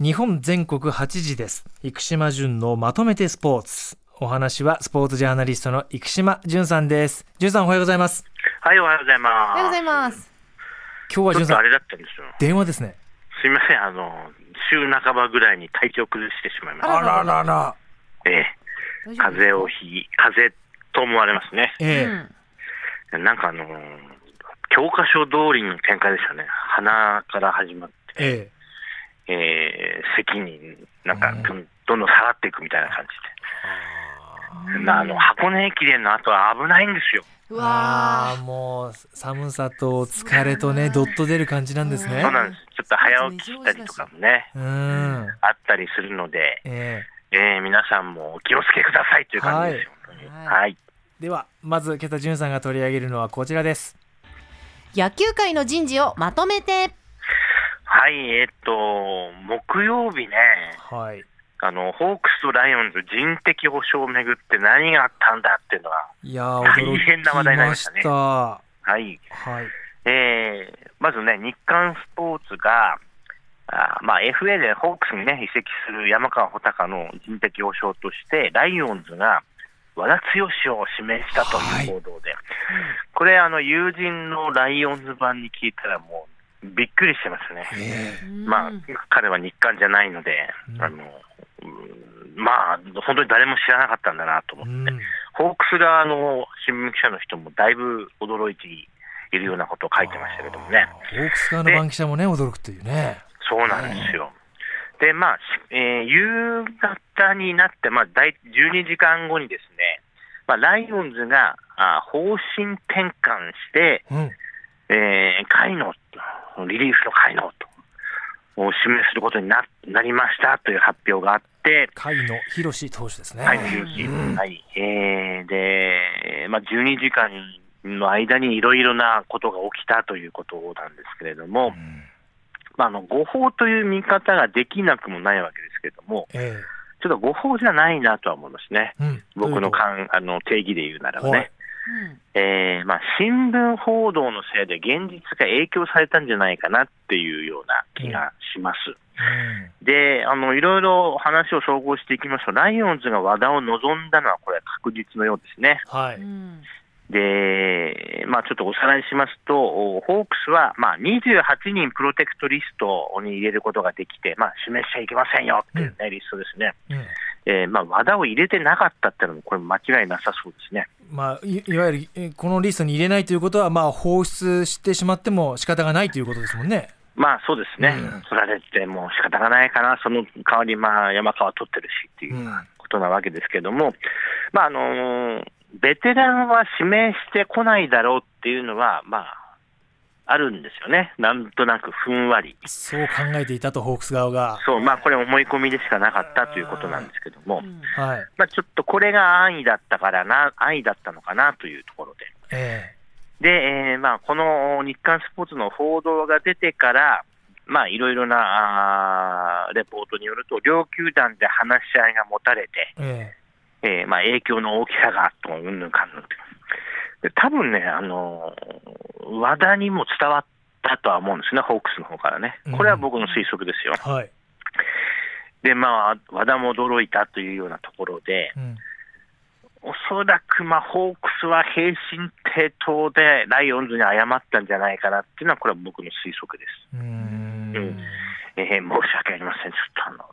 日本全国8時です生島淳のまとめてスポーツお話はスポーツジャーナリストの生島淳さんです淳さんおはようございますはい、おはようございおはようまございます。今日はす。ち淳ょっさとあんれだったんですよ。電話ですねすいません、あの、週半ばぐらいに体調崩してしまいましあらららた。ええ、大丈夫風邪をひ、風邪と思われますね。ええうんなんかあのー教科書通りの展開でしたね。鼻から始まっええて、えー、咳になんかうんどんどんどん下がっていくみたいな感じで。なあの、箱根駅伝の後は危ないんですよ。うあわあもう寒さと疲れとねそドうだなッと出る感じなんでえすそうねなんです。ちょっと早起きしたりとかもね、うんあったりするので、えええー、皆さんもお気をつけくださいという感じですよ。本当にはいはいではまず今朝淳さんが取り上げるのはこちらですー野球界の人事をまとめて。はい、えーっと、木曜日ね、はいあの、ホークスとライオンズ人的保障をめぐって何があったんだっていうのは、いやー驚大変な話き題になりままししたたねはい、はいえー、まずね、日刊スポーツが、あーまあ、FA でホークスにね、移籍する山川穂高の人的保障として、ライオンズが和田剛を指名したとはいいう報道で、これ、あの、友人のライオンズ版に聞いたらもう、びっくりしてますね。えまあうん、彼は日韓じゃないので、うんあのうんまあ、本当に誰も知らなかったんだなとえ思うって、んホークス側の新聞記者の人もだいぶ驚いているようなことを書いてましたけどもねあ、ーホークス側の番記者もね、驚くというね。そうなんですよ。で、まあ、しえー夕方になって、まあ、大12時間後にですね、まあ、ライオンズがあ方針転換して、うん。えー、会の、リリーフの会のと、を指名することにななりましたという発表があって、甲斐野博士投手ですね。はい、うんはい。えーで、まあ、12時間の間にいろいろなことが起きたということなんですけれども、うんまあ、あの誤報という見方ができなくもないわけですけれども、えちょっと誤報じゃないなとは思いますね。えうん。僕といのうかんあの定義で言うならばね、はいうんえーまあ、新聞報道のせいで現実が影響されたんじゃないかなっていうような気がします。で、あの、いろいろ話を総合していきますと、ライオンズが和田を望んだのは、これは確実のようですね。ことうはい。んで、まあ、ちょっとおさらいしますと、おホークスは、まあ、28人プロテクトリストに入れることができて、まあ、示しちゃいけませんよっていう、ねリストですね。うんえーまあ、和田を入れてなかったってのも、これ間違いなさそうですね。まあ、いいわゆるえこのリストに入れないということは、まあ、放出してしまっても仕方がないということですもんね。まあ、そうですねうん。取られても仕方がないかな。その代わり、まあ、山川取ってるしっていううんことなわけですけども、まあ、あのーベテランは指名してこないだろうっていうのは、まあ、あるんですよね。なんとなくふんわり。そう考えていたと、ホークス側が。そう、まあ、これ、思い込みでしかなかったということなんですけどもう、んはい。まあ、ちょっとこれが安易だったからな、安易だったのかなというところで、えで、えーまあ、この日刊スポーツの報道が出てから、まあ、いろいろなあーレポートによると、両球団で話し合いが持たれて、えええーまあ、影響の大きさがと、うんぬんかんぬんとで多分ね、あのー和田にも伝わったとは思うんですね、ホークスの方からね。これは僕の推測ですよ。えはい。で、まあ、和田も驚いたというようなところで、うん。おそらく、まあ、ホークスは平身低頭でライオンズに謝ったんじゃないかなっていうのは、これは僕の推測です。うーんうんえー申し訳ありません、ちょっとあの、と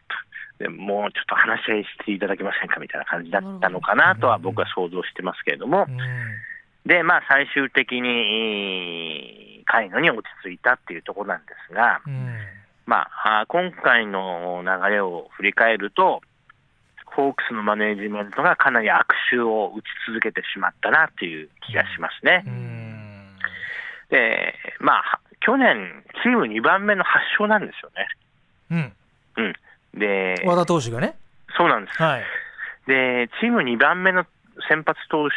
でもうちょっと話し合いしていただけませんかみたいな感じだったのかなとは僕は想像してますけれどもう、んで、まあ、最終的に、えーカイノに落ち着いたっていうところなんですが、うんまあ、あー今回の流れを振り返ると、ホークスのマネージメントがかなり悪手を打ち続けてしまったなという気がしますねう。んで、まあ、は去年、チーム2番目の発勝なんですよね。うん。で、和田投手がね。そうなんです。はい。で、チーム2番目の先発投手、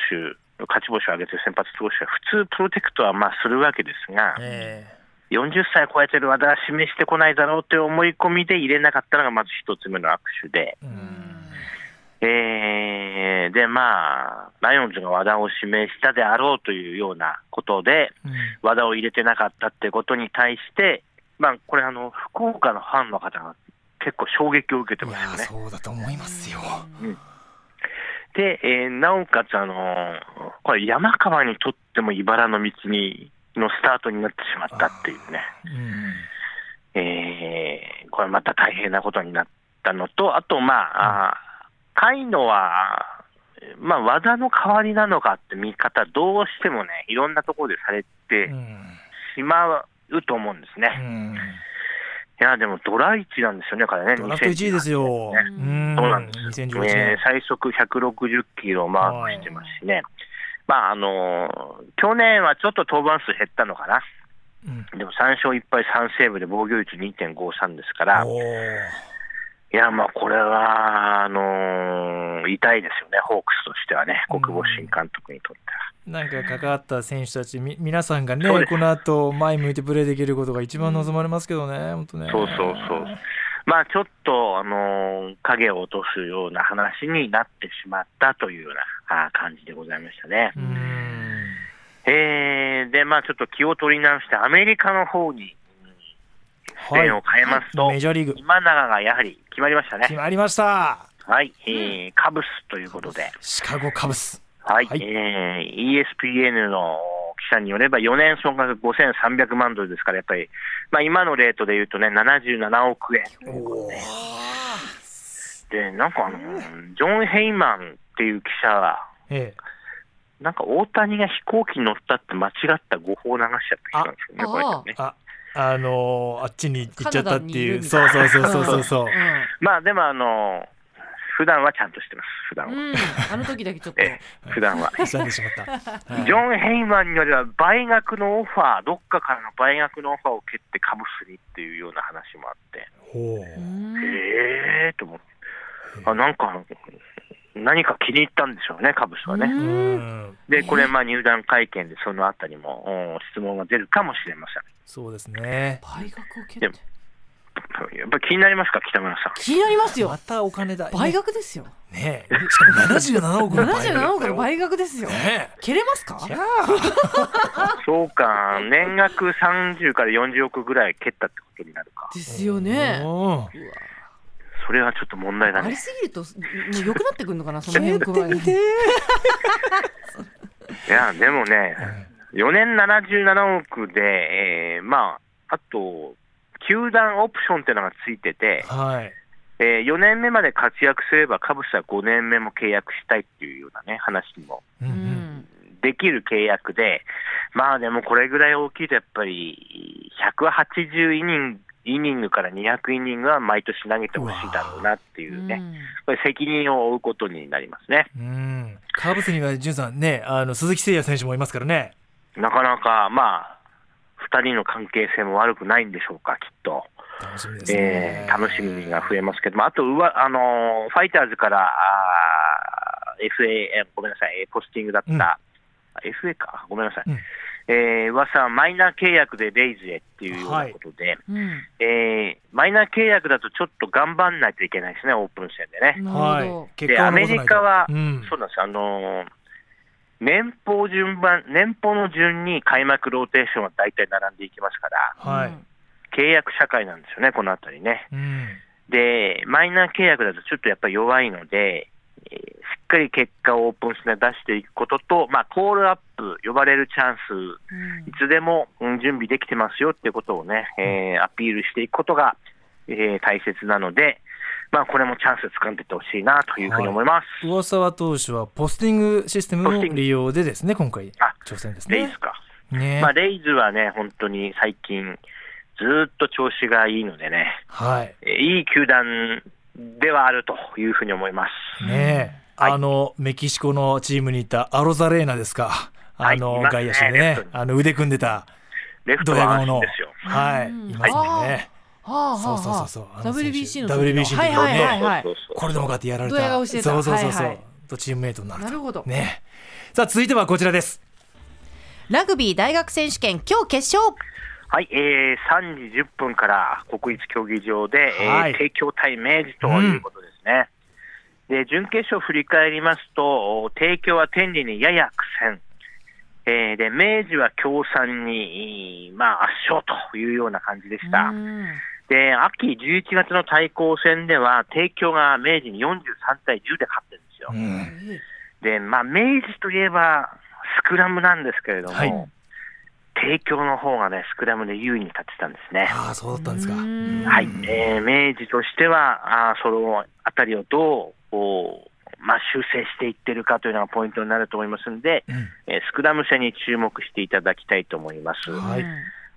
勝ち星を挙げてる先発投手は、普通プロテクトはまあするわけですが、え40歳超えてる和田は示してこないだろうという思い込みで入れなかったのがまず一つ目の握手で、えうんえーで、まあ、ライオンズが和田を指名したであろうというようなことで、うん和田を入れてなかったってことに対して、まあ、これあの、福岡のファンの方が結構衝撃を受けていまやすよーね。そうだと思いますよ。で、えーなおかつ、あのーこれ山川にとっても茨の道にのスタートになってしまったっていうね、うんえーこれまた大変なことになったのと、あと、まあ、あー甲斐野は、まあ、技の代わりなのかって見方、どうしてもね、いろんなところでされうてんしまうと思うんですね。うんいや、でもドラ1なんですよね、彼ね。ドラフト1位ですよ。ねうんそうなんです2018よ、え年ー。最速160キロをマークしてますしね、まああのー去年はちょっと登板数減ったのかな、うんでも3勝1敗3セーブで防御率2.53ですから、おーいや、まあこれはあのー痛いですよね、ホークスとしてはね、うん国防新監督にとっては。なんか関わった選手たち、み皆さんがそうね、ですこの後前向いてプレーできることが一番望まれますけどね、本当ね。そうそうそう。まあちょっと、あのー影を落とすような話になってしまったというようなあー感じでございましたね。うんえー、で、まあちょっと気を取り直して、アメリカの方に視点を変えますと、メジャーリーグ、今永がやはり決まりました決ね。まりました。はい、えーカブスということで、シカゴカブス。はい、はいえー ESPN の記者によれば、4年総額5300万ドルですから、やっぱり、まあ今のレートで言うとね、77億円。おーで、なんかあの、ジョン・ヘイマンっていう記者が、ええなんか大谷が飛行機に乗ったって間違った誤報を流しちゃった人なんですよね、あこれね。あ、あのーあっちに行っちゃったっていう。カそナうダそうにいるみたいそうそうそう そう。まあでもあの普段はちゃんとしてます普段うん、は、うんあの時だけちょっと。ええ普段は挟んでしまった。はいジョン・ヘイマンによれば倍額のオファーどっかからの倍額のオファーを蹴ってカブスにっていうような話もあっておうーんええー、と思ってあなんか何か気に入ったんでしょうねカブスはねううんんでこれまあ入団会見でそのあたりもうん質問が出るかもしれませんそうですね。倍額を蹴っでもて。やっぱり気になりますか北村さん気になりますよま。たお金だ。倍額ですよ。ねえ。しかも77億の倍額。 77億の倍額ですよ。ねえ。蹴れますかいやーそうか年額30から40億ぐらい蹴ったってことになるかですよね。うんうわそれはちょっと問題だありねすぎると、もう良くなってくるのかな、その辺加えて。いやでもね4年77億で、えーまあ、あと、球団オプションっていうのがついてて、はい。え4年目まで活躍すれば、カブスは5年目も契約したいっていうようなね、話もううんうんん。できる契約で、まあでもこれぐらい大きいと、やっぱり180イニングイニングから200イニングは毎年投げてほしいだろうなっていうね、これ、責任を負うことになりますね。うん、カーブスには、潤さんね、あの鈴木誠也選手もいますからね。なかなか、まあ、2人の関係性も悪くないんでしょうか、きっと。楽しみですね。えー楽しみが増えますけども、あとうわ、あのーファイターズからあー FA、えーごめんなさい、えーポスティングだった、うんあ FA か、ごめんなさい、うんえー噂はマイナー契約でレイズへっていうようなことで、うん。えーマイナー契約だとちょっと頑張んないといけないですね、オープン戦でね。なるほはどい。。結果を残さでアメないとリカはうんそうなんですあのー年俸順番、年俸の順に開幕ローテーションは大体並んでいきますから、はうんい。契約社会なんですよね、このあたりね。うん。で、マイナー契約だとちょっとやっぱり弱いので、えーしっかり結果をオープン戦で出していくことと、まあ、コールアップ、呼ばれるチャンス、うんいつでもうん準備できてますよっていうことをね、えーアピールしていくことが、えー大切なので、まあ、これもチャンス掴んでってほしいなというふうに思います。上沢投手はポスティングシステムの利用でですね、今回あ挑戦ですレイねズ。か。ねまあ、レイズはね、本当に最近、ずーっと調子がいいのでね、はい。えーいい球団ではあるというふうに思います。ねえ、はいあのメキシコのチームにいたアロザレーナですか。あはいの、います外野ね手でレねフトに、あの腕組んでた、レフトドヤ顔は安心のですよ。。はい、うんいますもんね。はあはあそうそうそはうそうあ。あの選手 WBC の時 WBC の時はいはいねはいはいそう。そうこれでもかってやられた。ドヤ顔してたそうそうそうそう、はいはいとチームメイトになると。なるほどね。さあ続いてはこちらです。ラグビー大学選手権今日決勝。はい、えー、3時10分から国立競技場で、はえいー、帝京対明治ということですね。で、準決勝振り返りますと、帝京は天理にやや苦戦。えー、で、明治は京産に、まあ、圧勝というような感じでした。うんで、秋11月の対抗戦では、帝京が明治に43対10で勝ってるんですよ。うんで、まあ、明治といえばスクラムなんですけれども、はい帝京の方がね、スクラムで優位に立ってたんですね。ああそうだったんですか。うんはいうんえー明治としては、あーそのあたりをどうこう、まあ、修正していってるかというのがポイントになると思いますんで、うんえースクラム戦に注目していただきたいと思います。はいうん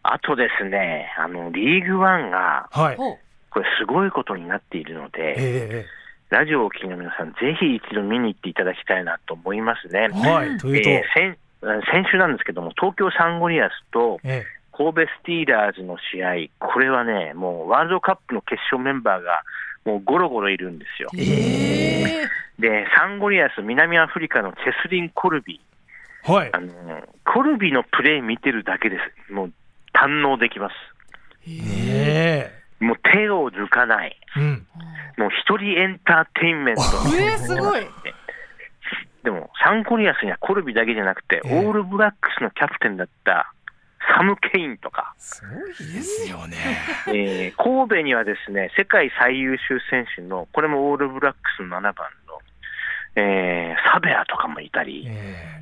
あとですね、あのリーグワンが、はい。ほうこれ、すごいことになっているのえで、えラジオをお聞きの皆さん、ぜひ一度見に行っていただきたいなと思いますねええ。はい。というと、えーえ先先週なんですけども、東京サンゴリアスとえ神戸スティーラーズの試合、これはね、もうワールドカップの決勝メンバーが、もうゴロゴロいるんですよ。ええで、サンゴリアス、南アフリカのチェスリン・コルビはいあ。の、コルビのプレー見てるだけです、もう堪能できます。えねもう手を抜かない、え。うん。もう一人エンターテインメント。 えーすごいでも、サンゴリアスにはコルビだけじゃなくて、ええオールブラックスのキャプテンだったサム・ケインとか。すごいですよね。えー神戸にはですね世界最優秀選手の、これもオールブラックスの7番の、えーサベアとかもいたり、え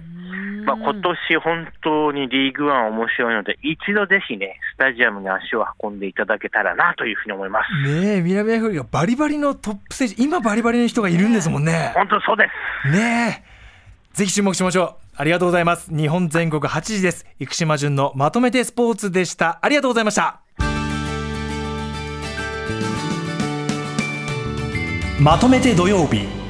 まあ、今年本当にリーグワン面白いので、一度ぜひね、スタジアムに足を運んでいただけたらなというふうに思います。え。ねえ南アフリカバリバリのトップ選手今バリバリの人がいるんですもんね。本当そうです。ねえ。ぜひ注目しましょう。ありがとうございます。日本全国8時です。生島淳のまとめてスポーツでした。ありがとうございました。まとめて土曜日。